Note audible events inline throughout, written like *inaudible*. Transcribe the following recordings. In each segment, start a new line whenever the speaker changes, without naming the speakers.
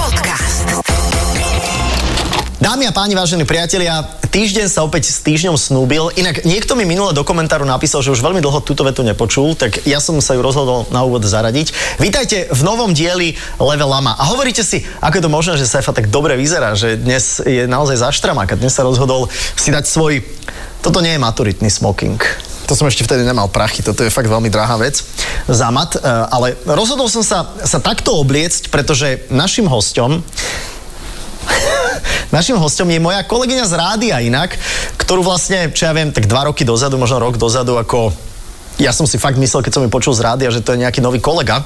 Podcast.
Dámy a páni, vážení priatelia, týždeň sa opäť s týždňom snúbil. Inak niekto mi minule do komentáru napísal, že už veľmi dlho túto vetu nepočul, tak ja som sa ju rozhodol na úvod zaradiť. Vítajte v novom dieli Level Lama. A hovoríte si, ako je to možné, že Sefa tak dobre vyzerá, že dnes je naozaj zaštramák a dnes sa rozhodol si dať svoj... Toto nie je maturitný smoking. To som ešte vtedy nemal prachy, toto je fakt veľmi drahá vec za mat, eh, ale rozhodol som sa, sa takto obliecť, pretože našim hostom Našim hostom je moja kolegyňa z rádia inak, ktorú vlastne, čo ja viem, tak dva roky dozadu, možno rok dozadu, ako ja som si fakt myslel, keď som ju počul z rádia, že to je nejaký nový kolega.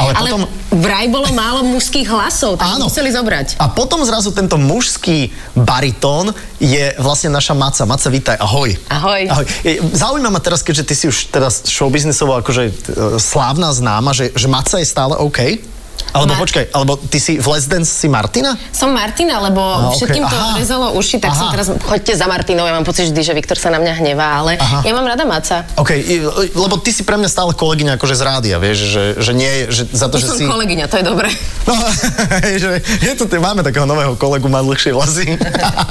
Ale
Ale
potom...
vraj bolo málo mužských hlasov, tak
Áno.
Áno. museli zobrať.
A potom zrazu tento mužský baritón je vlastne naša Maca. Maca, vítaj, ahoj.
Ahoj.
ahoj. E, Zaujíma ma teraz, keďže ty si už teraz showbiznisovo akože e, slávna, známa, že, že Maca je stále OK? Alebo
Ma-
počkaj, alebo ty si v Let's Dance si Martina?
Som Martina, lebo
Á, okej,
všetkým to
aha.
rezalo uši, tak
Aha.
som teraz, choďte za Martinou, ja mám pocit vždy, že Viktor sa na mňa hnevá, ale
Aha.
ja mám rada Maca.
OK, i- lebo ty si pre mňa stále kolegyňa akože z rádia, vieš, že, že nie je, že za to,
Už
že
som
si...
kolegyňa, to je dobré.
No, *laughs* že je to, máme takého nového kolegu, má dlhšie vlasy.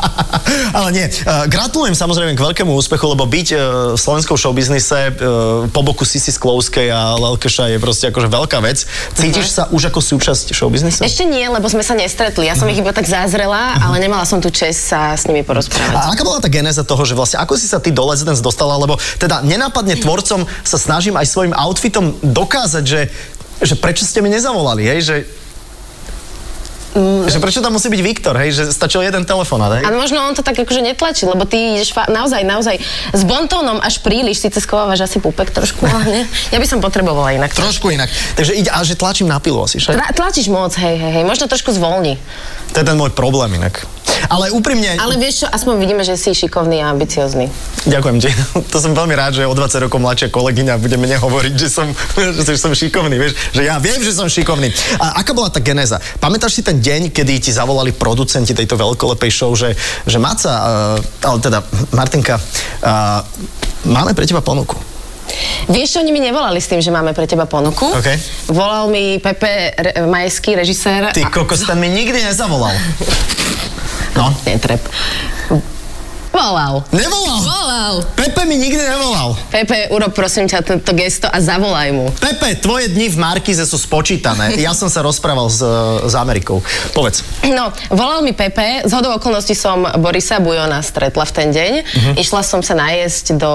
*laughs* Ale nie, eh, gratulujem samozrejme k veľkému úspechu, lebo byť eh, v slovenskom showbiznise eh, po boku Sisi Sklovskej a Lelkeša je proste akože veľká vec. Cítiš sa už ako súčasť showbiznise?
Mhm. Ešte nie, lebo sme sa nestretli. Ja som
Mhm.
ich iba tak zázrela, ale nemala som tu čest sa s nimi
A
porozprávať.
aká bola tá genéza toho, že vlastne ako si sa ty do Let's Dance dostala, lebo teda nenápadne tvorcom sa snažím aj svojim outfitom dokázať, že, že prečo ste mi nezavolali, hej, že že prečo tam musí byť Viktor, hej, že stačil jeden telefonát, hej?
A možno on to tak akože netlačí, lebo ty ideš fa- naozaj, naozaj s bontónom až príliš, síce skovávaš asi pupek trošku, ale nie. Ja by som potrebovala inak.
Trošku inak. Takže ide, a že tlačím na pilu asi, že?
Tla- tlačíš moc, hej, hej, hej, možno trošku zvolni.
To je ten môj problém inak. Ale úprimne,
Ale vieš čo, aspoň vidíme, že si šikovný a ambiciozný.
ďakujem ti. *laughs* To som veľmi rád, že o 20 rokov mladšia kolegyňa bude mne hovoriť, že som, *laughs* že som- že som šikovný, vieš, že ja viem, že som šikovný. A aká bola tá genéza? Pamätáš si ten deň, kedy ti zavolali producenti tejto veľkolepej show, že, že Maca, uh, ale teda Martinka, uh, máme pre teba ponuku.
Vieš, čo, oni mi nevolali s tým, že máme pre teba ponuku.
OK.
Volal mi Pepe re, Majský, režisér.
Ty
a-
kokos, ten mi nikdy nezavolal. No.
Netrep. Volal.
Nevolal.
Volal.
Pepe mi nikdy nevolal.
Pepe, urob prosím ťa tento gesto a zavolaj mu.
Pepe, tvoje dni v Markize sú spočítané. Ja som sa rozprával s, e, s Amerikou. Povedz.
No, volal mi Pepe, z hodou okolností som Borisa Bujona stretla v ten deň.
Mhm.
Išla som sa najesť do,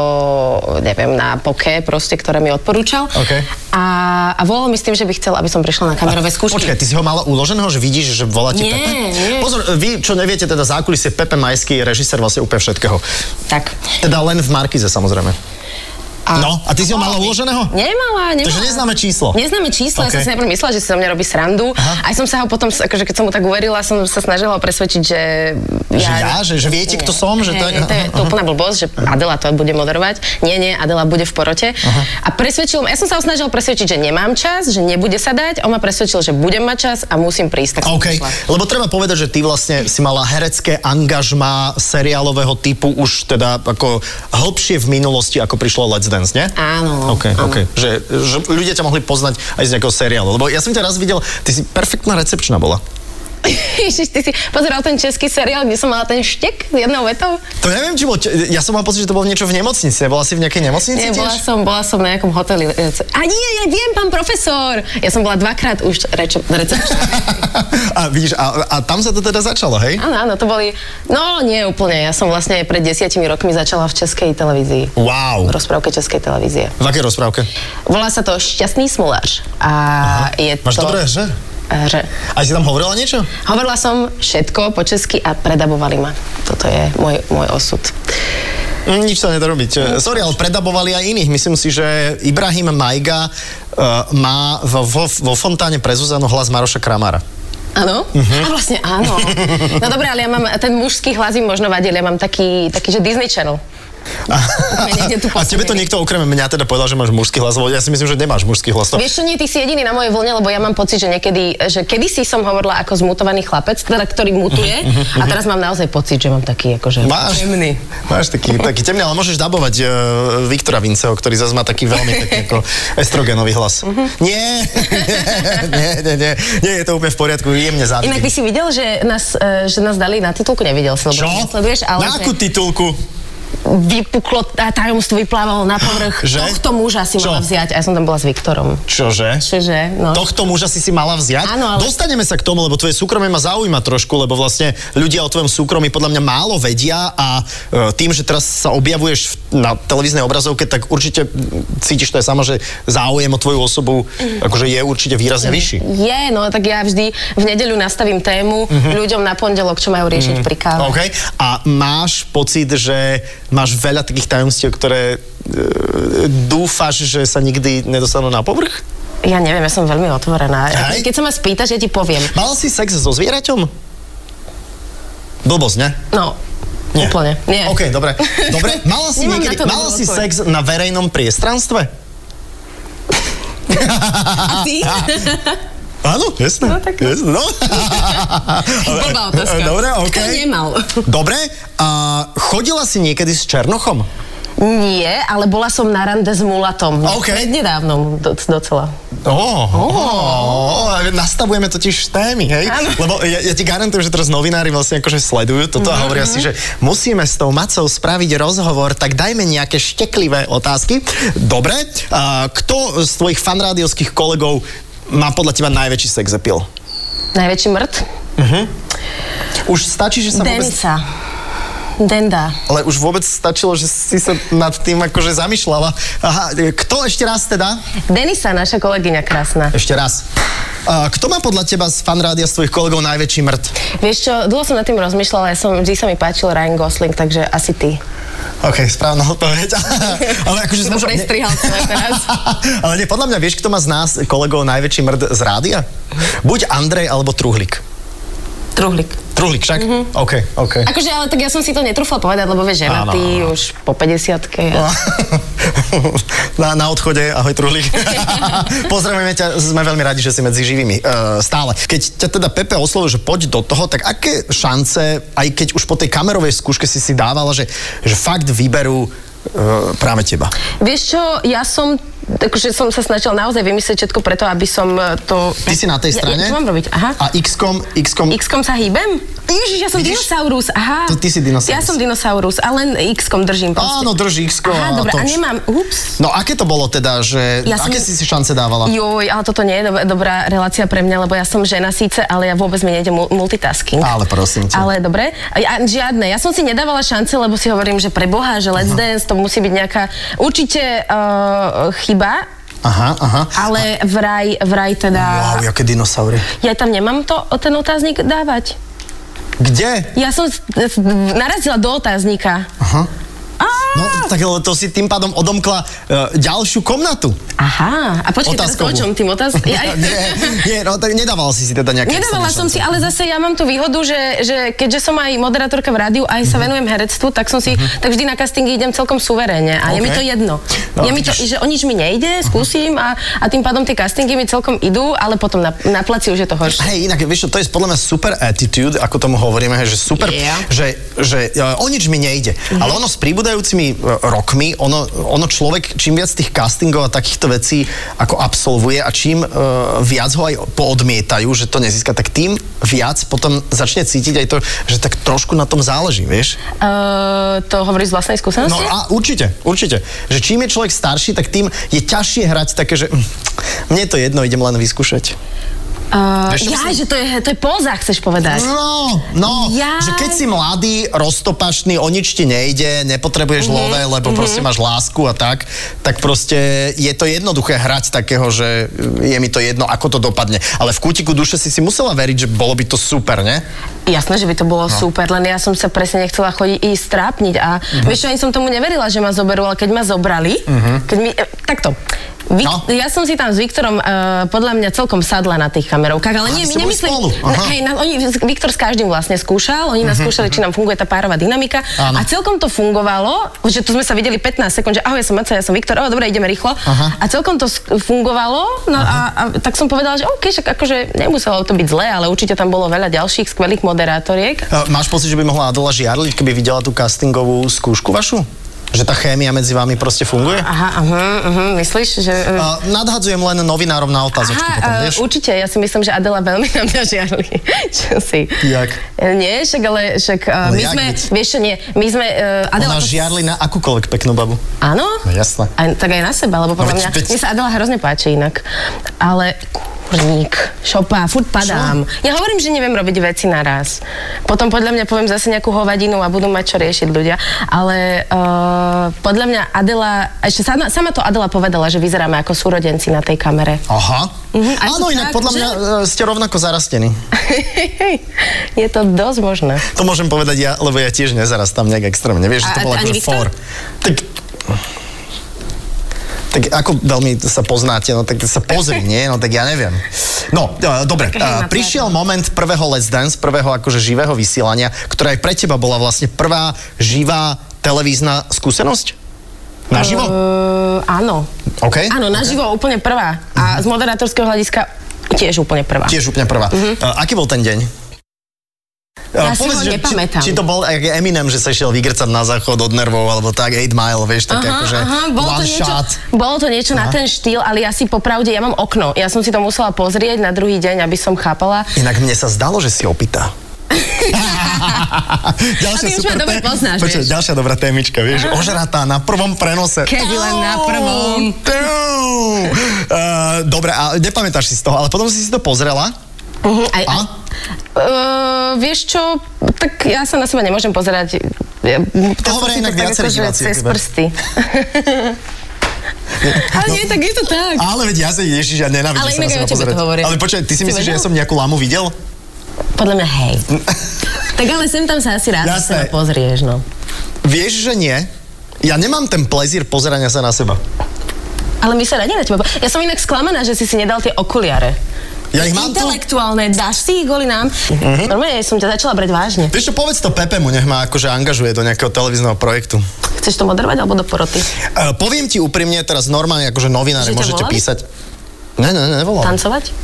neviem, na poke proste, ktoré mi odporúčal.
OK.
A, a volal mi s tým, že by chcel, aby som prišla na kamerové skúšky.
Počkaj, ty si ho mala uloženého, že vidíš, že volá ti
Nie,
Pepe?
nie.
Pozor, e, vy, čo neviete, teda zákulisie Pepe Majský je režisér vlastne úplne všetkého.
Tak.
Teda len v Markize, samozrejme.
A-
No, a ty si ho mala uloženého?
Nemala, nemala.
Takže neznáme číslo.
Neznáme
OK.
číslo, ja som si najprv myslela, že si so mňa robí srandu.
Aha.
Aj som sa ho potom, akože keď som mu tak uverila, som sa snažila ho presvedčiť, že...
Že ja, že- že viete, kto som, že to
to
je-
je... To je to úplná blbosť, že Adela to bude moderovať. Nie, nie, Adela bude v porote. A presvedčil ma, ja som sa ho snažila presvedčiť, že nemám čas, že nebude sa dať. On ma presvedčil, že budem mať čas a musím prísť. Tak som
OK,
prišla.
lebo treba povedať, že ty vlastne si mala herecké angažma seriálového typu už teda ako hlbšie v minulosti, ako prišlo Let's Dance, nie?
Áno,
OK,
áno.
OK. Že, že ľudia ťa mohli poznať aj z nejakého seriálu, lebo ja som ťa raz videl, ty si perfektná recepčná bola.
*laughs* Ježiš, ty si pozeral ten český seriál, kde som mala ten štek s jednou vetou?
To neviem, či bol, ja som mal pocit, že to bolo niečo v nemocnici, bola si v nejakej nemocnici
Nie,
tiež?
bola som, bola som na nejakom hoteli. e, A nie, ja viem, pán profesor. Ja som bola dvakrát už reč,
*laughs*
recepčná.
*laughs* a vidíš, a, a tam sa to teda začalo, hej?
Áno, áno, to boli... No, nie úplne. Ja som vlastne aj pred desiatimi rokmi začala v českej televízii. V
Wow.
rozprávke českej televízie.
V akej rozprávke?
Volá sa to Šťastný smuláč. A je
Máš
to...
dobré, že?
A že?
A si tam hovorila niečo?
Hovorila som všetko po česky a predabovali ma. Toto je môj, môj osud.
Mm, Nič sa nedá robiť. Sorry, ale predabovali aj iných. Myslím si, že Ibrahim Majga uh, má vo, vo, vo fontáne pre Zuzanu hlas Maroša Kramara.
Áno?
Mhm.
Uh-huh. A vlastne
*laughs*
áno. No dobré, ale ja mám ten mužský hlas im možno vadil. Ja mám taký, taký že Disney Channel.
A,
Sme niekde tu
a tebe to
posunuli.
niekto okrem mňa teda povedal, že máš mužský hlas, lebo ja si myslím, že nemáš mužský hlas. To...
Vieš čo, nie, ty si jediný na mojej vlne, lebo ja mám pocit, že niekedy, že kedysi som hovorila ako zmutovaný chlapec, teda, ktorý mutuje, a teraz mám naozaj pocit, že mám taký akože...
Mhm, Máš,
temný.
máš
*laughs*
taký, taký temný, ale môžeš dabovať uh, Viktora Vinceho, ktorý zase má taký
*laughs*
veľmi taký ako estrogenový hlas.
Mhm.
Nie, *laughs* nie, nie, nie, nie, je to úplne v poriadku, jemne
Inak
závidím.
ty si videl, že nás, e, že nás dali na titulku? Nevidel si, lebo
Čo?
nesleduješ, ale
Na
že
akú titulku?
vypuklo tá- tajomstvo, vyplávalo na povrch.
Že?
Tohto muža si
Čo?
mala vziať. A ja som tam bola s Viktorom.
Čože?
Čože? No.
Tohto muža si si mala vziať?
Áno, ale-
Dostaneme sa k tomu, lebo tvoje súkromie ma zaujíma trošku, lebo vlastne ľudia o tvojom súkromí podľa mňa málo vedia a e, tým, že teraz sa objavuješ v- na televíznej obrazovke, tak určite mm, cítiš to aj sama, že záujem o tvoju osobu akože je určite výrazne vyšší.
Je, no tak ja vždy v nedeľu nastavím tému ľuďom na pondelok, čo majú riešiť pri káve.
Mhm. OK. A máš pocit, že máš veľa takých tajomstiev, ktoré e, dúfaš, že sa nikdy nedostanú na povrch?
Ja neviem, ja som veľmi otvorená.
Hej.
Keď sa ma spýtaš, ja ti poviem.
Mal si sex so zvieraťom? Blbosť, ne?
No, úplne. Nie.
OK, dobre. Dobre,
*laughs*
mala si,
Nemám
niekedy,
na to
mala
dobrú
si
odpoveď.
sex na verejnom priestranstve?
A ty?
Áno, jasné.
No, tak-
jasné, no.
*laughs* Blbá otázka.
e, Dobre, OK.
Kto nemal?
Dobre, a chodila si niekedy s Černochom?
Nie, ale bola som na rande s mulatom.
OK.
Prednedávnom do, docela.
Ó, oh, nastavujeme totiž témy, hej?
Áno.
Lebo ja, ja ti garantujem, že teraz novinári vlastne akože sledujú toto a hovoria si, že musíme s tou Macou spraviť rozhovor, tak dajme nejaké šteklivé otázky. Dobre, a kto z tvojich fanrádiovských kolegov má podľa teba najväčší sex appeal?
Najväčší mrt?
Už stačí, že sa vôbec...
Denisa. Denda.
Ale už vôbec stačilo, že si sa nad tým akože zamýšľala. Aha, kto ešte raz teda?
Denisa, naša kolegyňa krásna.
Ešte raz. A kto má podľa teba z fanrádia z tvojich kolegov najväčší mrt?
Vieš čo, dlho som nad tým rozmýšľala, ja som, vždy sa mi páčil Ryan Gosling, takže asi ty.
OK, správna
*laughs*
odpoveď. Ale akože
Som
sme-
prestrihal tvoje teraz.
*laughs* Ale nie, podľa mňa vieš, kto má z nás kolegov najväčší mrd z rádia? Buď Andrej alebo Truhlik.
Truhlik.
Truhlik však?
Mhm.
OK, OK.
Akože, ale tak ja som si to netrúfla povedať, lebo vieš, ženatý
Áno,
už po 50
*laughs* Na, na odchode, ahoj
*laughs*
Truhlík. Pozdravujeme ťa, sme veľmi radi, že si medzi živými. Uh, stále. Keď ťa teda Pepe oslovil, že poď do toho, tak aké šance, aj keď už po tej kamerovej skúške si si dávala, že, že fakt vyberú uh, práve teba?
Vieš čo, ja som, takže som sa snažila naozaj vymyslieť všetko preto, aby som e, to...
Ty si na tej strane?
Ja, ja, čo mám robiť? Aha.
A X-kom, X-kom...
X-kom sa hýbem? Ježiš, ja som
Vidíš?
dinosaurus, aha.
To ty si dinosaurus.
Ja som dinosaurus a len X-kom držím proste.
Áno, drží X-ko.
aha, dobre, a
toč.
nemám, ups.
No aké to bolo teda, že...
Ja som-
aké si si šance dávala?
Joj, ale toto nie je dob- dobrá relácia pre mňa, lebo ja som žena síce, ale ja vôbec mi nejde mu- multitasking.
Ale prosím ťa.
Ale dobre, a, a, žiadne. Ja som si nedávala šance, lebo si hovorím, že pre Boha, že Let's Dance, to musí byť nejaká určite uh, chyba,
Aha, aha.
ale vraj, vraj teda...
Wow, jaké dinosaury.
Ja tam nemám to, ten otáznik dávať.
Kde?
Ja som s- s- narazila do
*laughs*
otáznika.
Aha.
Á!
No, tak ale to si tým pádom odomkla e, ďalšiu komnatu.
Aha, a počkaj, teraz
Otázkovú.
o čom tým otáz...
*laughs*
Ja,
nie, nie, no tak nedávala si si teda nejaké... extrémne
Nedávala som si,
šance.
ale zase ja mám tú výhodu, že, že keďže som aj moderátorka v rádiu a
Mhm.
aj sa venujem herectvu, tak som si, tak vždy na castingy idem celkom suverénne a je
OK.
mi to jedno.
No,
je mi to,
vidíš. Mhm.
že o nič mi nejde, skúsim a, a tým pádom tie castingy mi celkom idú, ale potom na, na placi už je to horšie.
Hej, inak, vieš čo, to je podľa mňa super attitude, ako tomu hovoríme, hej, že super,
Yeah.
že, že e, o nič mi nejde. Ale ono s pribúdajúcimi e, rokmi, ono, ono človek čím viac tých castingov a takýchto vecí ako absolvuje a čím e, viac ho aj poodmietajú, že to nezíska, tak tým viac potom začne cítiť aj to, že tak trošku na tom záleží, vieš?
Uh, to hovoríš z vlastnej
No
skúsenosti?
a určite, určite. Že čím je človek starší, tak tým je ťažšie hrať také, že "Mm, mne je to jedno, idem len vyskúšať.
Uh,
Vieš, čo
jaj,
myslím?
že to je, to je póza, chceš povedať.
No, no,
Jaj.
že keď si mladý, roztopašný, o nič ti nejde, nepotrebuješ
Mhm,
love, lebo proste máš lásku a tak, tak proste je to jednoduché hrať takého, že je mi to jedno, ako to dopadne. Ale v kútiku duše si si musela veriť, že bolo by to super, ne?
Jasné, že by
No.
to bolo super, len ja som sa presne nechcela chodiť ísť
Mhm.
trápniť a vieš, čo, ani som tomu neverila, že ma zoberú, ale keď ma zobrali, keď mi, e, takto, Vik-
No.
Ja som si tam s Viktorom uh, podľa mňa celkom sadla na tých kamerovkách, ale
Aha,
nie,
vy ste
my
boli
nemyslím...
spolu. Aha. Mhm,
Hej, na, oni, Viktor s každým vlastne skúšal, oni nás skúšali, či nám funguje tá párová dynamika
Áno.
a celkom to fungovalo, že tu sme sa videli 15 sekúnd, že ahoj, ja som Maca, ja som Viktor, o, dobre, ideme rýchlo
Aha.
a celkom to sk- fungovalo, no a, a, tak som povedala, že OK, však akože nemuselo to byť zlé, ale určite tam bolo veľa ďalších skvelých moderátoriek.
E, Máš pocit, že by mohla Adela žiarliť, keby videla tú castingovú skúšku vašu? Že tá chémia medzi vami proste funguje?
Aha, aha, aha, myslíš, že... eh,
E, Nadhadzujem len novinárom na otázočky
Aha,
potom,
eh,
vieš?
určite, ja si myslím, že Adela veľmi *laughs* na mňa žiarli. Čo si?
Jak?
Eh, Nie, však ale však eh,
Ale
my
jak
sme,
veď?
vieš čo, nie, my sme, eh, Adela...
Ona
to-
žiarli na akúkoľvek peknú babu.
Áno?
No jasné.
Aj, tak aj na seba, lebo podľa
veď-
mňa,
veď-
mne sa Adela hrozne páči inak. Ale kurník, šopa, furt padám. Ja hovorím, že neviem robiť veci naraz. Potom podľa mňa poviem zase nejakú hovadinu a budú mať čo riešiť ľudia. Ale eh, podľa mňa Adela, a ešte sama, sama to Adela povedala, že vyzeráme ako súrodenci na tej kamere. *laughs*
Aha.
Mhm, aj
Áno,
to
inak
tak,
podľa
že?
mňa e, ste rovnako zarastení.
Je to dosť možné.
To môžem povedať ja, lebo ja tiež nezarastám nejak extrémne. Vieš, že
A-
to
a-
bolo
ani
akože
Viktor?
for. Tak, tak ako veľmi sa poznáte, no tak sa pozri, nie? No tak ja neviem. No, e, dobre, e,
Hej, na
prišiel moment prvého Let's Dance, prvého akože živého vysielania, ktorá aj pre teba bola vlastne prvá živá televízna skúsenosť? Naživo?
Uh, áno.
OK.
Áno, naživo úplne prvá. A z moderátorského hľadiska tiež úplne prvá.
Tiež úplne prvá. E, Aký bol ten deň?
Mhm. Ja
E,
si ho
že
nepamätám.
Či, či to bol jak Eminem, že sa išiel vygrcať na záchod od nervov, alebo tak 8 Mile, vieš, tak akože
bolo to
one
niečo,
shot.
bolo to niečo na ten štýl, ale ja si popravde, ja mám okno. Ja som si to musela pozrieť na druhý deň, aby som chápala.
Inak mne sa zdalo, že si
*laughs*
opýta. ďalšia
A ty už ma
super
dobre
té-
poznáš,
Počuj,
vieš.
ďalšia dobrá témička, vieš, ožratá na prvom prenose.
Keby len na
Au,
prvom.
tiu. Eh, Dobre, a nepamätáš si z toho, ale potom si si to pozrela.
Uh-huh, aj,
A?
Uh, vieš čo, tak ja sa na seba nemôžem pozerať. Ja,
To
som
hovoria
si
inak
tak
viacerí
akože
diváci o
Cez
tebe. *laughs*
prsty. ale
No,
nie, tak je to tak.
Ale veď ja sa, ježiš, ja nenávidím
Ale
sa na
inak
seba
aj o tebe to
pozerať.
hovoria.
Ale počkaj, ty si
Si
myslíš, že ja
vedel?
som nejakú lamu videl?
Podľa mňa
*laughs*
hej. tak ale sem tam sa asi raz na
Jasné.
seba pozrieš, no.
Vieš, že nie. Ja nemám ten plezír pozerania sa na seba.
Ale my sa radi na teba... po- Ja som inak sklamaná, že si si nedal tie okuliare.
Ja ich mám tu. Mhm.
Intelektuálne, dáš si ich kvôli nám. Normálne som ťa začala brať vážne.
Vieš čo, povedz to Pepemu, nech ma akože angažuje do nejakého televízneho projektu.
Chceš to moderovať alebo do poroty?
Uh, poviem ti úprimne, teraz normálne akože novinári
Že ťa
môžete
volali?
písať. Ne, ne, ne, nevolal.
Tancovať?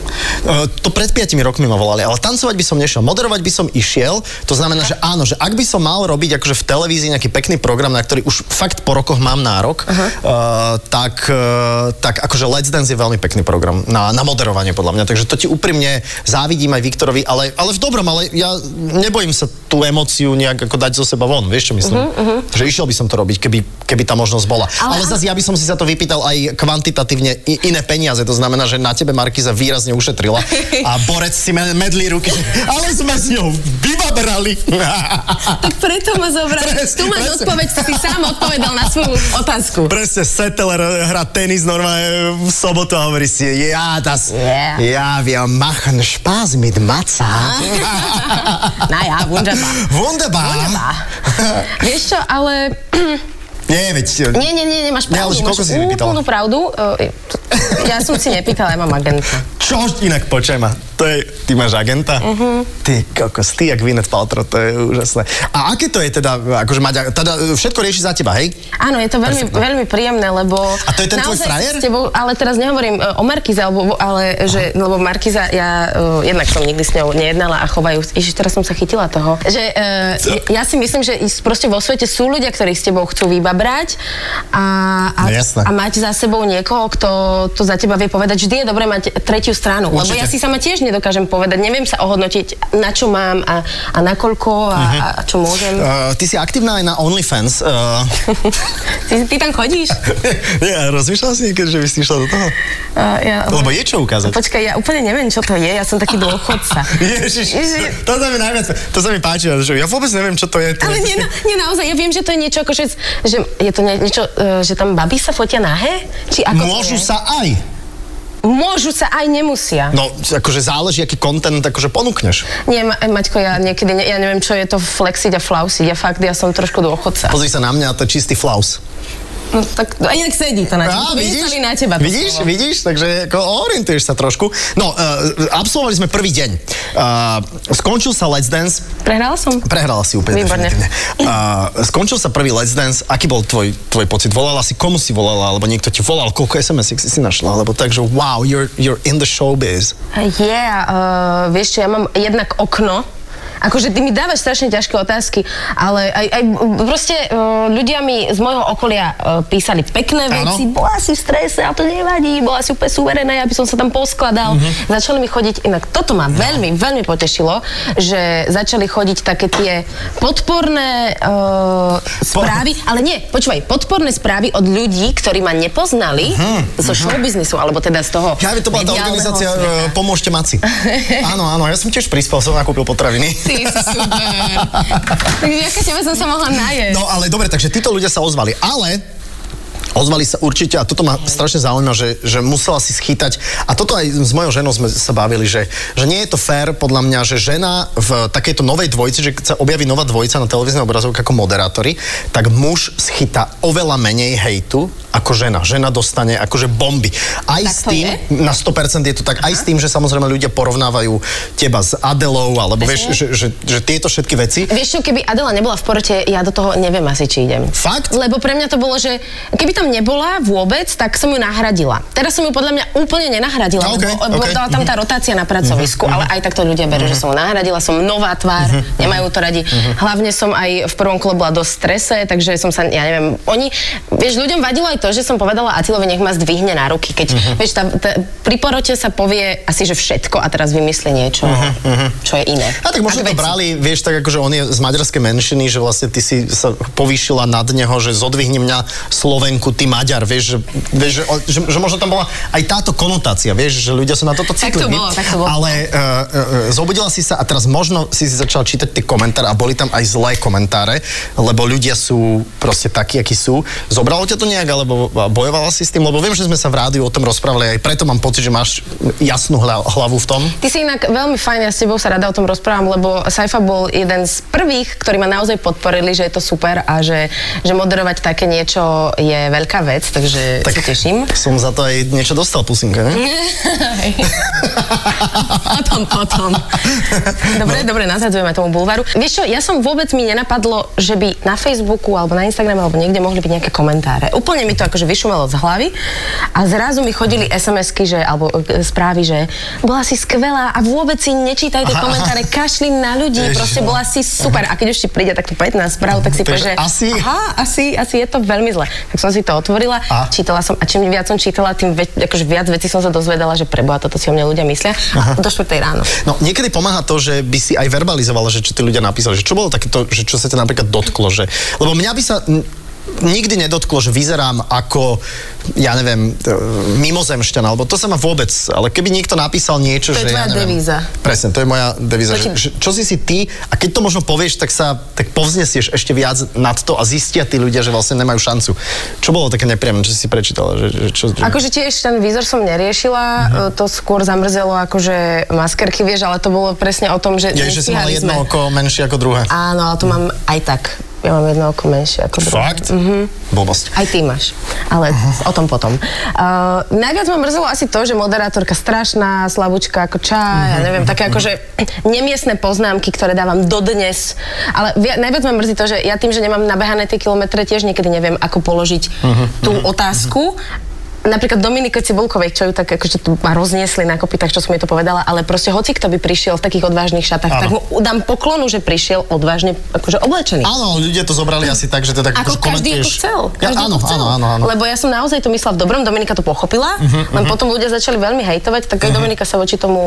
Uh, to pred 5 rokmi ma volali, ale tancovať by som nešiel, moderovať by som išiel. To znamená, že áno, že ak by som mal robiť akože v televízii nejaký pekný program, na ktorý už fakt po rokoch mám nárok, uh-huh. uh, tak, uh, tak akože Let's Dance je veľmi pekný program na, na moderovanie podľa mňa. Takže to ti úprimne závidím aj Viktorovi, ale, ale v dobrom, ale ja nebojím sa tú emóciu nejak ako dať zo seba von, vieš čo myslím? Uh-huh, uh-huh. Že išiel by som to robiť, keby, keby tá možnosť bola. Ale,
Mhm, Ale-
ale zase ja by som si za to vypýtal aj kvantitatívne i- iné peniaze. To znamená, že na tebe Markiza výrazne
*laughs*
ušetrila a Borec si me- medlí ruky, že ale sme s ňou
*laughs*
vybabrali.
Tak preto ma zobrali.
Pres-
Tu máš
presne.
odpoveď, si sám odpovedal na svoju otázku.
Presne, Settler hrá tenis normálne v sobotu a hovorí si, ja, das,
Yeah.
ja, wir machen Spaß mit Maca.
*laughs* Na ja, wunderbar.
Wunderbar.
Wunderbar.
*laughs*
Vieš čo, ale... *clears throat*
Nie, veď, e,
Nie, nie, nie, nemáš
Ne, ale
pravdu.
že koľko
máš
si mi pýtala?
úplnú pravdu. Eh, Ja som si nepýtala, ja mám agenta.
Čo inak, počkaj ma, to je, ty máš agenta?
Mhm.
Uh-huh. Ty kokos, ty jak Gwyneth Paltrow, to je úžasné. A aké to je teda, akože mať, a- teda e, všetko rieši za teba, hej?
Áno, je to veľmi, veľmi príjemné, lebo...
no. A to je ten tvoj
naozaj
frajer?
S tebou, ale teraz nehovorím e, o Markize, alebo, ale, že, lebo Markiza, ja uh, jednak som nikdy s ňou nejednala a chovajú... Ježiš, teraz som sa chytila toho. Že,
Co?
uh, ja si myslím, že is- proste vo svete sú ľudia, ktorí s tebou chcú vybabrať a, a,
No jasné.
a mať za sebou niekoho, kto to za teba vie povedať. Vždy je dobré mať tretiu stranu, lebo
Určite.
ja si sama tiež nedokážem povedať, neviem sa ohodnotiť, na čo mám a, a nakoľko a,
Mhm.
a, a čo môžem.
Uh, ty si aktívna aj na
*laughs*
OnlyFans. Uh,
Ty, ty tam chodíš?
ja, rozmýšľal si niekedy, že by si išla do toho?
Uh, ja,
Lebo je čo ukázať.
No Počkaj, ja úplne neviem, čo to je, ja som taký dôchodca.
Ježiš,
Ježiš.
to sa mi najviac, to sa mi páči, že ja vôbec neviem, čo to je.
Ale nie, no, na- nie, naozaj, ja viem, že to je niečo ako, že, že je to nie, niečo, eh, že tam baby sa fotia nahé? Či ako to
Môžu
je?
sa aj.
Môžu sa aj nemusia.
No, akože záleží, aký kontent akože ponúkneš.
Nie, Ma- e, Maťko, ja niekedy, ne, ja neviem, čo je to flexiť a flausiť. Ja fakt, ja som trošku dôchodca.
Pozri sa na mňa, to je čistý flaus.
No tak no, ani tak sedí to na teba.
Á,
To
vidíš,
vynesali na teba to
vidíš,
slovo.
vidíš, takže ako orientuješ sa trošku. No, uh, absolvovali sme prvý deň. Uh, skončil sa Let's Dance,
Prehrala som?
prehrala si úplne
Výborne.
definitívne. Uh, skončil sa prvý Let's Dance, aký bol tvoj, tvoj pocit? Volala si, komu si volala, alebo niekto ti volal, koľko sms si si našla, alebo takže wow, you're, you're in the showbiz.
Je, uh, vieš čo, ja mám jednak okno, Akože ty mi dávaš strašne ťažké otázky, ale aj, aj m, proste uh, ľudia mi z môjho okolia uh, písali
Áno.
pekné veci, bola si v strese, ale to nevadí, bola si úplne suverená, ja by som sa tam poskladal.
Mhm.
Začali mi chodiť, inak toto ma veľmi, veľmi potešilo, že začali chodiť také tie podporné uh, správy, ale nie, počúvaj, podporné správy od ľudí, ktorí ma nepoznali zo showbiznisu, alebo teda z
Mhm,
toho
Ja, to bola tá
mediálneho
organizácia
sveta.
eh, Pomôžte
*laughs*
maci. Áno, áno, ja som tiež prispel, som nakúpil potraviny.
Ty si super. Takže vďaka tebe som sa mohla najesť.
No ale dobre, takže títo ľudia sa ozvali, ale ozvali sa určite a toto ma strašne zaujíma, že, že musela si schytať a toto aj s mojou ženou sme sa bavili, že, že nie je to fér podľa mňa, že žena v takejto novej dvojici, že keď sa objaví nová dvojica na televíznej obrazovke ako moderátori, tak muž schytá oveľa menej hejtu ako žena. Žena dostane akože bomby. Aj
Tak
s
to
tým,
je?
na 100% je to tak, aj s tým, že samozrejme ľudia porovnávajú teba s Adelou, alebo vieš, že, že, že tieto všetky veci.
Vieš čo, keby Adela nebola v porote, ja do toho neviem asi, či idem.
Fakt?
Lebo pre mňa to bolo, že keby tam nebola vôbec, tak som ju nahradila. Teraz som ju podľa mňa úplne nenahradila,
No,
lebo,
okej,
lebo
okej.
dala tam tá rotácia na pracovisku, ale aj tak to ľudia berú, že som ju nahradila, som nová tvár, nemajú to radi. Hlavne som aj v prvom kole bola dosť v strese, takže som sa, ja neviem, oni, vieš, ľuďom vadilo aj to, že som povedala Atilovi, nech ma zdvihne na ruky, keď, vieš, tá, tá, pri porote sa povie asi, že všetko a teraz vymyslí niečo, čo je iné.
A tak možno to
Ako veci.
brali, vieš, tak akože on je z maďarskej menšiny, že vlastne ty si sa povýšila nad neho, že zodvihni mňa Slovenku, ty Maďar, vieš, že, vieš, že, že, že možno tam bola aj táto konotácia, vieš, že ľudia sú na toto
Tak to
citliví.
bolo, tak to bolo.
Ale uh, uh, zobudila si sa a teraz možno si si začala čítať tie komentáre a boli tam aj zlé komentáre, lebo ľudia sú proste takí, akí sú. Zobralo ťa to nejak, alebo bojovala si s tým? Lebo viem, že sme sa v rádiu o tom rozprávali, aj preto mám pocit, že máš jasnú hla- hlavu v tom.
Ty si inak veľmi fajn, ja s tebou sa rada o tom rozprávam, lebo Saifa bol jeden z prvých, ktorí ma naozaj podporili, že je to super a že, že moderovať také niečo je veľká vec, takže tak. sa teším.
*laughs* Som za to aj niečo dostal, pusinka, ne?
*laughs* potom,
*laughs*
potom.
No.
Dobre, dobre, nasadzujeme tomu bulvaru. Vieš čo, ja som vôbec mi nenapadlo, že by na Facebooku alebo na Instagrame alebo niekde mohli byť nejaké komentáre. Úplne mi to akože vyšumelo z hlavy a zrazu mi chodili SMS-ky, že, alebo e, správy, že bola si skvelá a vôbec si nečítaj tie
Aha, aha.
komentáre, kašli na ľudí,
Ježiš.
proste bola si super. A keď už ti príde takto 15 správ, tak si
Takže
povieš, že
asi-
aha, asi, asi je to veľmi zle. Tak som si to otvorila,
A?
a? čítala som a čím viac som čítala, tým ve, akože viac vecí som sa dozvedala, že preboha, toto si o mne ľudia myslia. Aha. A do 4 ráno.
No, niekedy pomáha to, že by si aj verbalizovala, že čo tí ľudia napísali, že čo bolo takéto, že čo sa ťa napríklad dotklo, že... Lebo mňa by sa n- nikdy nedotklo, že vyzerám ako, ja neviem, t- mimozemšťan, alebo to sa ma vôbec, ale keby niekto napísal niečo,
To
že
je tvoja
ja neviem,
devíza.
Presne, to je moja devíza,
To
že,
ti-
že, čo si si ty, a keď to možno povieš, tak sa tak povznesieš ešte viac nad to a zistia tí ľudia, že vlastne nemajú šancu. Čo bolo také nepríjemné, čo si prečítala? Že, že, čo, že...
Akože tiež ten výzor som neriešila,
Mhm.
e, to skôr zamrzelo akože maskerky, vieš, ale to bolo presne o tom, že
Ja, že si mala
nestíhali
jedno
sme.
oko menšie ako druhé.
Áno, ale to mám aj tak. Ja mám jedno oko menšie ako druhé.
Fakt?
Mhm.
Mm-hmm. Blbosť.
Aj ty máš, ale o tom potom. Uh, najviac ma mrzelo asi to, že moderátorka strašná, slavučka ako čaj, ja neviem, také akože nemiestne poznámky, ktoré dávam dodnes. Ale vi- najviac ma mrzí to, že ja tým, že nemám nabehané tie kilometre, tiež niekedy neviem, ako položiť tú otázku. Napríklad Dominike Cibulkovej, čo ju tak akože tu ma rozniesli na kopytách, čo som jej to povedala, ale proste hoci kto by prišiel v takých odvážnych šatách,
Áno.
tak mu dám poklonu, že prišiel odvážne, akože oblečený.
Áno, ľudia to zobrali asi tak, že teda akože
Ako každý ako
komentuješ.
chcel.
Ja,
Každý
áno,
ako chcel.
áno, áno, Mhm, áno.
Lebo ja som naozaj to myslela v dobrom, Dominika to pochopila, len potom ľudia začali veľmi hejtovať,
Mhm.
tak aj Dominika sa voči tomu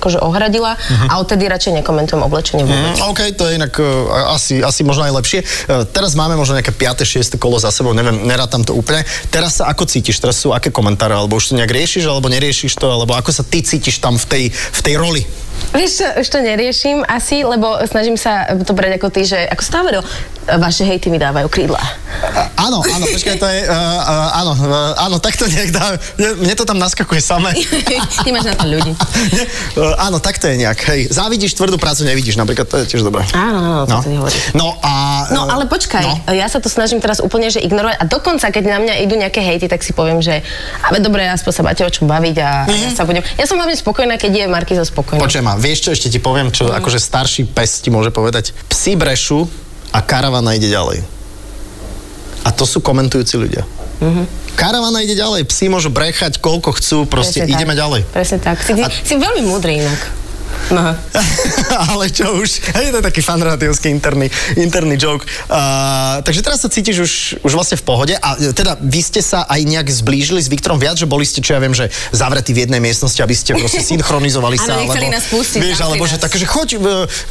akože ohradila a odtedy radšej nekomentujem oblečenie vôbec.
Mm, OK, to je inak uh, asi, asi možno aj lepšie. Uh, teraz máme možno nejaké 5. 6. kolo za sebou, neviem, nerátam to úplne. Teraz sa ako cítiš? Teraz sú aké komentáre? Alebo už to nejak riešiš, alebo neriešiš to? Alebo ako sa ty cítiš tam v tej, v tej roli?
Vieš, čo, už to neriešim asi, lebo snažím sa to brať ako ty, že ako si to hovoril, vaše hejty mi dávajú krídla.
Áno, áno, počkaj, to je, uh, uh, áno, uh, áno, takto nejak dá, mne, mne to tam naskakuje
*laughs*
samé.
*laughs* Ty máš na to ľudí.
Nie, uh, áno, takto je nejak, hej, závidíš tvrdú prácu, nevidíš, napríklad, to je tiež dobré.
Áno, áno, to ty hovoríš.
No a...
No
eh,
ale počkaj,
No.
no. ja sa to snažím teraz úplne že ignorovať a dokonca, keď na mňa idú nejaké hejty, tak si poviem, že ale dobre, aspoň sa máte o čom baviť a mm-hmm.
Mhm.
ja sa budem... Ja som hlavne spokojná, keď je Markiza spokojná.
Počujem ma, vieš čo, ešte ti poviem, čo
Mm.
akože starší pes ti môže povedať. Psi brešu a karavana ide ďalej. A to sú komentujúci ľudia. Karavana ide ďalej, psi môžu brechať koľko chcú, proste
Mhm. Presne tak.
ideme ďalej.
Presne tak. Si, a...
A-
si veľmi múdry inak. No.
*laughs* Ale čo už, hej, to je taký fanrádiovský interný, interný joke. Uh, takže teraz sa cítiš už, už vlastne v pohode a e, teda vy ste sa aj nejak zblížili s Viktorom viac, že boli ste, čo ja viem, že zavretí v jednej miestnosti, aby ste proste
*laughs*
synchronizovali sa.
Áno, nechceli nás pustiť,
Vieš,
zavri
alebo že
nás.
tak, že choď, e,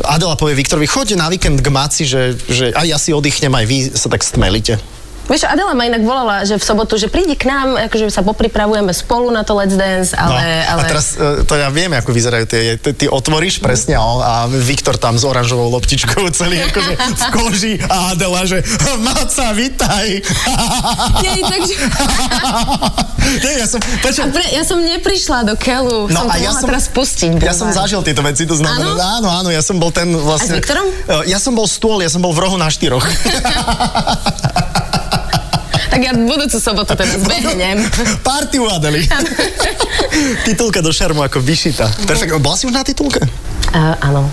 Adela povie Viktorovi, choď na víkend k Maci, že, že aj ja si oddychnem, aj vy sa tak stmelíte.
Vieš, čo, Adela ma inak volala, že v sobotu, že prídi k nám, akože sa popripravujeme spolu na to Let's Dance, ale...
no.
ale...
A teraz e, to ja viem, ako vyzerajú tie, ty, ty otvoríš presne a, on- a Viktor tam s oranžovou loptičkou celý akože v koži a Adela, že Maca, vitaj.
Jej, takže...
*laughs* Nie, ja som, prečo,
A pre, ja som neprišla do Kelu,
No
som
a
to
ja
mohla
som-
teraz pustiť.
ja som
bulvár.
zažil tieto veci, to znamená,
Áno?
áno, áno, ja som bol ten vlastne...
A s Viktorom?
E, Ja som bol stôl, ja som bol v rohu na
*laughs*
štyroch.
Tak ja budúcu sobotu
*laughs*
teraz behnem.
Party u Adely. titulka do šarmu ako vyšita. Perfekt, bola si už na titulke?
A, áno.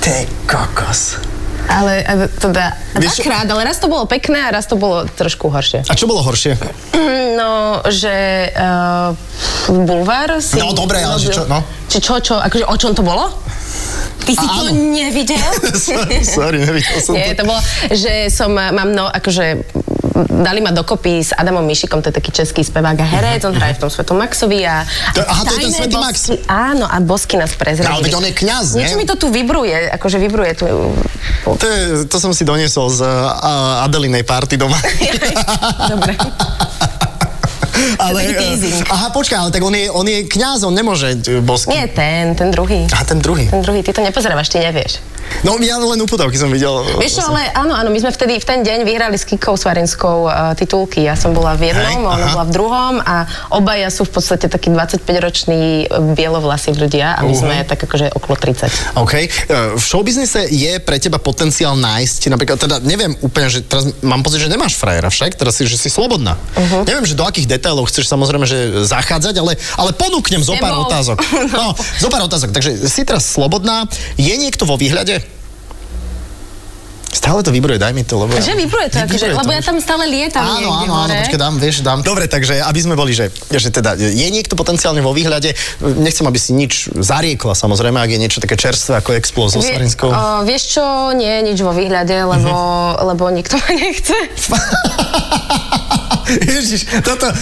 Ty kokos.
Ale e, teda
Vieš-
dvakrát, ale raz to bolo pekné a raz to bolo trošku horšie.
A čo bolo horšie?
No, že uh, bulvár si...
No, dobre, ale že čo, no?
Či čo, čo, akože o čom to bolo? Ty si
A-
to
áno.
nevidel?
*laughs* sorry, sorry, nevidel som
Nie, to bolo, že som, eh, mám no, akože m, dali ma dokopy s Adamom Mišikom, to je taký český spevák a herec, on hraje v tom Svetom Maxovi a...
To-
a
aha, to je ten
tajné
Svätý Max.
bosky- Áno, a bosky nás prezradili.
No, ale veď on je kňaz, nie?
Niečo mi to tu vibruje, akože vibruje
*laughs*
tu...
To, je, to som si doniesol z uh, Adelinej party
*laughs*
doma.
Dobre.
ale,
taký teasing.
eh, aha, počkaj, ale tak on je, on je kňaz, on nemôže eh, bosky.
Nie ten, ten druhý.
A ten druhý.
Ten druhý, ty to nepozerávaš, ty nevieš.
No ja len uputavky som videl.
Vieš čo, ale áno, áno, my sme vtedy v ten deň vyhrali s Kikou Svarinskou uh, titulky. Ja som bola v jednom,
Hej,
Hej, ona
aha.
bola v druhom a obaja sú v podstate takí 25-roční bielovlasí ľudia a my
Uhu.
sme tak akože okolo 30.
OK. Eh, V showbiznise je pre teba potenciál nájsť, napríklad, teda neviem úplne, že teraz mám pocit, že nemáš frajera však, teraz si, že si slobodná.
Mhm.
Uh-huh. Neviem, že do akých detailov chceš samozrejme, že zachádzať, ale, ale ponúknem zo pár
Nebol. *laughs*
otázok. No, zo pár otázok. Takže si teraz slobodná. Je niekto vo výhľade? Stále to vybruje, daj mi to, lebo...
Že vybruje to, akože, lebo ja tam stále lietam
Áno,
niekde
áno, áno,
hore.
počkaj, dám, vieš, dám. Dobre, takže aby sme boli, že, že teda je niekto potenciálne vo výhľade, nechcem, aby si nič zariekla, samozrejme, ak je niečo také čerstvé ako Explos so
Vie-
Svarinskou.
o, vieš čo, nie je nič vo výhľade, lebo, lebo nikto ma nechce.
*laughs* Ježiš, toto, e,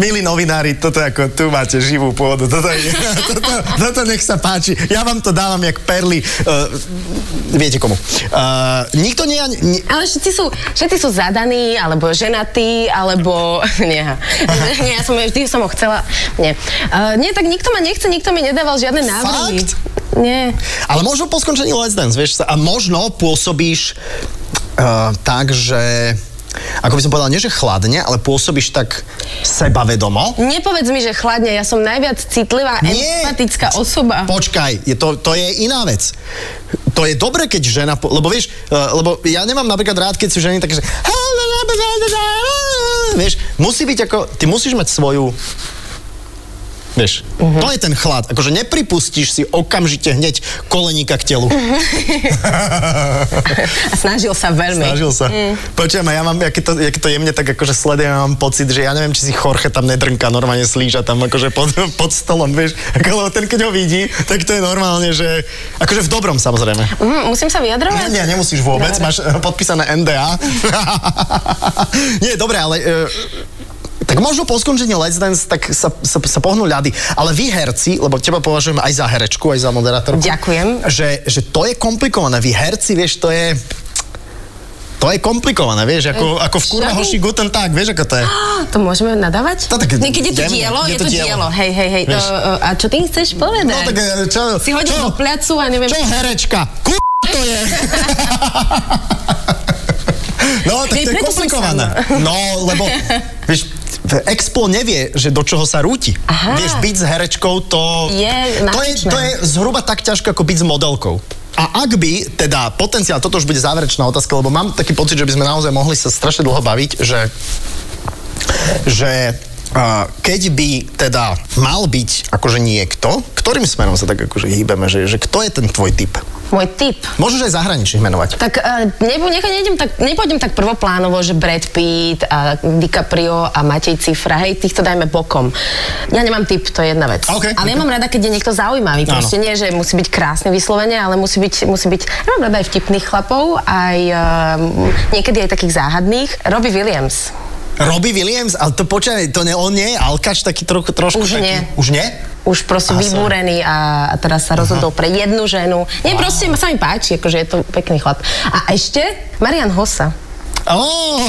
milí novinári, toto ako, tu máte živú pôdu, toto, je, *laughs* toto, toto nech sa páči, ja vám to dávam jak perly, uh, viete komu. Uh, nikto nie, ani- nie,
Ale všetci sú, všetci sú zadaní, alebo ženatí, alebo... *laughs* Nie, nie ja som, vždy som ho chcela. Nie. Uh, nie, tak nikto ma nechce, nikto mi nedával žiadne návrhy.
Fakt?
Nie.
Ale možno po skončení Let's Dance, vieš, sa- a možno pôsobíš uh, tak, že ako by som povedal, nie že chladne, ale pôsobíš tak sebavedomo.
Nepovedz mi, že chladne, ja som najviac citlivá,
Nie.
empatická osoba.
Počkaj, je to, to je iná vec. To je dobre, keď žena, po- lebo vieš, eh, lebo ja nemám napríklad rád, keď sú ženy také, že vieš, musí byť ako, ty musíš mať svoju Vieš, to je ten chlad. Akože nepripustíš si okamžite hneď koleníka k telu.
A snažil sa veľmi.
Snažil sa. Mm. Počujem, a ja mám, aké to, aké to jemne tak akože sledujem, ja mám pocit, že ja neviem, či si Jorge tam nedrnka, normálne slíža tam akože pod, *laughs* pod stolom, vieš. Ako, lebo ten, keď ho vidí, tak to je normálne, že... Akože v dobrom, samozrejme.
Mhm, musím sa vyjadrovať?
Nie, nie, nemusíš vôbec, máš eh, podpísané NDA. *laughs* nie, dobre, ale... eh, tak možno po skončení Let's Dance tak sa, sa, sa pohnú ľady. Ale vy herci, lebo teba považujem aj za herečku, aj za moderátorku.
Ďakujem.
Že, že to je komplikované. Vy herci, vieš, to je... To je komplikované, vieš, ako,
Eh,
ako v kurva
čo?
hoši Guten Tag, vieš, ako to je.
To môžeme nadávať?
No, tak
Nie, keď je to
jemne,
dielo, je to dielo. Hej, hej, hej.
Vieš.
Uh, uh, a čo ty chceš povedať?
No tak eh, čo,
si hodil
čo,
*laughs* do plecu a neviem...
čo herečka? Kurva to je. No, tak
Veď
to je
preto som
komplikované. No, lebo, vieš, Explo nevie, že do čoho sa rúti.
Aha.
Vieš, byť s herečkou, to to,
Je
je,
náročné.
to je zhruba tak ťažké, ako byť s modelkou. A ak by, teda potenciál, toto už bude záverečná otázka, lebo mám taký pocit, že by sme naozaj mohli sa strašne dlho baviť, že že a keď by teda mal byť akože niekto, ktorým smerom sa tak akože hýbeme, že, že kto je ten tvoj typ?
Môj tip.
Môžeš aj zahraničných menovať.
Tak eh, nebo, nech, nejdem tak, nepôjdem tak prvoplánovo, že Brad Pitt a DiCaprio a Matej Cifra, hej, týchto dajme bokom. Ja nemám typ, to je jedna vec.
OK,
ale ja
OK.
mám rada, keď je niekto zaujímavý.
Áno.
Proste nie, že musí byť krásny vyslovene, ale musí byť, musí byť... Ja mám rada aj vtipných chlapov, aj eh, niekedy aj takých záhadných. Robbie Williams.
Robbie Williams, ale to počkaj, to ne, on nie je Alkač taký trochu, trošku taký.
Už nie.
Už nie?
už proste
Asi.
vybúrený a, a teraz
Mhm.
sa rozhodol pre jednu ženu. Nie, proste sa mi páči, akože je to pekný chlap. A ešte Marian Hossa.
Ó,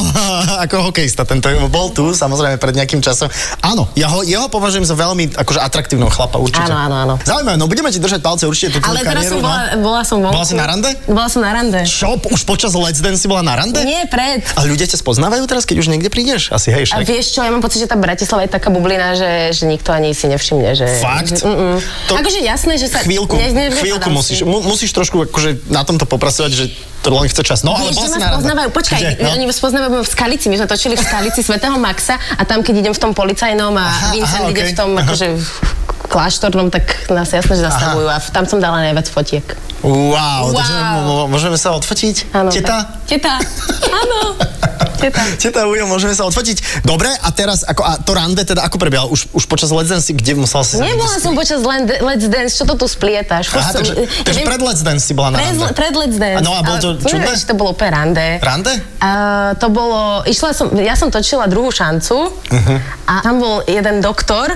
ako hokejista, tento bol tu, samozrejme, pred nejakým časom. Áno, ja ho, jeho považujem za veľmi akože atraktívneho chlapa, určite.
Áno, áno, áno.
Zaujímavé, no budeme ti držať palce určite tú tvoju
Ale teraz
kariéru.
som bola,
no.
bola som vonku.
Bola si na rande?
Bola som na rande.
Čo, už počas Let's Dance si bola na rande?
Nie, pred.
A ľudia ťa spoznávajú teraz, keď už niekde prídeš? Asi hej,
A
však.
vieš čo, ja mám pocit, že tá Bratislava je taká bublina, že, že nikto ani si nevšimne. Že,
Fakt?
Mm, mm.
To-
Akože jasné, že sa...
Chvíľku, chvíľku
nepadám
musíš, Mm,
si.
mu, musíš trošku akože na tomto popracovať, že to len chce čas. No, ale
Vieš,
bola
že
si
ma
na rande.
spoznávajú. Počkaj,
Že,
no. oni ma spoznávajú v Skalici. My sme točili v Skalici *laughs* Svetého Maxa a tam, keď idem v tom policajnom a
Aha,
aha,
aha,
Vincent aha, ide
okej.
v tom akože v kláštornom, tak nás jasne, že zastavujú. A v- tam som dala najviac fotiek.
Wow,
Wow.
takže mo- mo- môžeme sa odfotiť?
Áno.
Teta?
Teta.
*laughs*
Áno. Teta.
Teta Ujo, môžeme sa odfotiť. Dobre, a teraz, ako, a to rande teda ako prebiehalo? Už, už počas Let's Dance, si- kde musel si...
Nebola som počas len- Let's Dance, čo to tu splietaš? Fú,
Aha,
som-
takže,
ja
takže
viem-
pred Let's Dance si bola na
Pred,
rande.
pred Let's Dance.
A no a bolo to
Ale
čudné?
Neviem, či to bolo úplne rande.
Rande?
A to bolo, išla som, ja som točila druhú šancu
Mhm.
a tam bol jeden doktor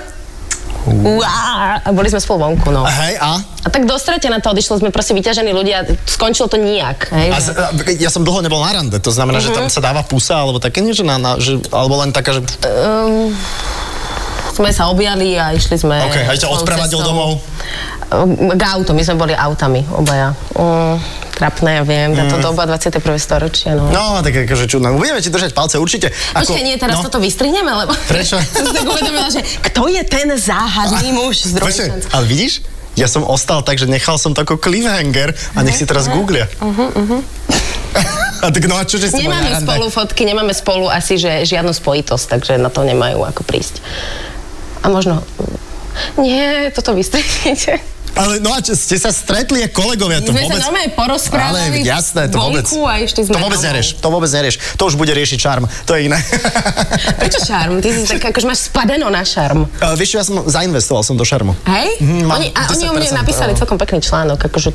Uá, a boli sme spolu vonku, no.
A hej, a?
A tak dostrate na to odišlo, sme proste vyťažení ľudia, skončilo to nijak. Hej,
a,
že-
z, a ja som dlho nebol na rande, to znamená, že tam
Mhm.
sa dáva pusa, alebo také niečo, na, na, že, alebo len taká, že...
Ehm, sme sa objali a išli sme...
OK, aj ťa
svojou
odprevadil
cestou.
domov?
Ehm, K autom, my sme boli autami, obaja. Mm, trapné, ja viem,
Mm.
táto doba 21. storočia, no.
No, tak akože čudné. Budeme ti držať palce, určite.
Počkaj, nie, teraz
no.
toto vystrihneme, lebo...
Prečo?
*laughs* som si tak uvedomila, že kto je ten záhadný muž z druhej
Počkaj,
šance?
ale vidíš? Ja som ostal tak, že nechal som to ako cliffhanger a nech si teraz googlia. *laughs* A tak no a čo, že si bola
Nemáme
na rande?
spolu fotky, nemáme spolu asi že žiadnu spojitosť, takže na to nemajú ako prísť. A možno... Nie, toto vystrihnete.
Ale no a čo, ste sa stretli ako kolegovia, to
My sme
vôbec...
sa normálne
Ale
porozprávali
jasné, to vôbec.
vonku a išli sme
to vôbec
domov.
nerieš, to vôbec nerieš. To už bude riešiť čarm, to je iné. *laughs*
Prečo šarm? Ty si tak akože máš spadeno na šarm.
Eh, vieš čo, ja som zainvestoval som do šarmu.
Hej?
Mhm, mám
oni, a oni o mne
10%,
napísali
áno.
celkom pekný článok, akože...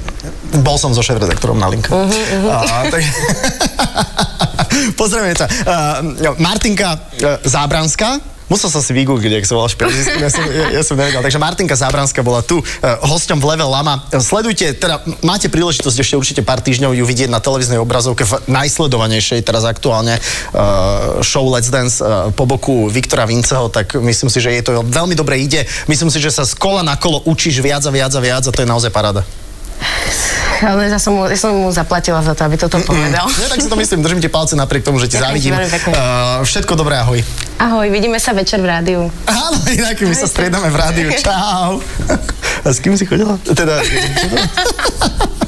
Bol som so šéf-redaktorom na link. Uh-huh, uh-huh. Tak... *laughs* Pozdravujeme ťa. Uh, Martinka uh, Zábranská. Musel som si vygoogliť, ak sa volá špeciálne. Ja, som, ja, ja som nevedel. Takže Martinka Zábranská bola tu uh, hosťom v Level Lama. Eh, Sledujte, teda m- máte príležitosť ešte určite pár týždňov ju vidieť na televíznej obrazovke v najsledovanejšej teraz aktuálne uh, show Let's Dance uh, po boku Viktora Vinceho, tak myslím si, že jej to veľmi dobre ide. Myslím si, že sa z kola na kolo učíš viac a viac a viac a to je naozaj paráda.
Ale ja som, mu, ja som mu zaplatila za to, aby toto povedal.
No, Ja tak si to myslím, držím ti palce napriek tomu, že ti
No. Ďakujem
závidím.
ti veľmi pekne.
Uh, všetko dobré, ahoj.
Ahoj, vidíme sa večer v rádiu.
Áno, inak my sa
Ahojte. *laughs*
striedame v rádiu. Čau. A s kým si chodila? Teda... čo to-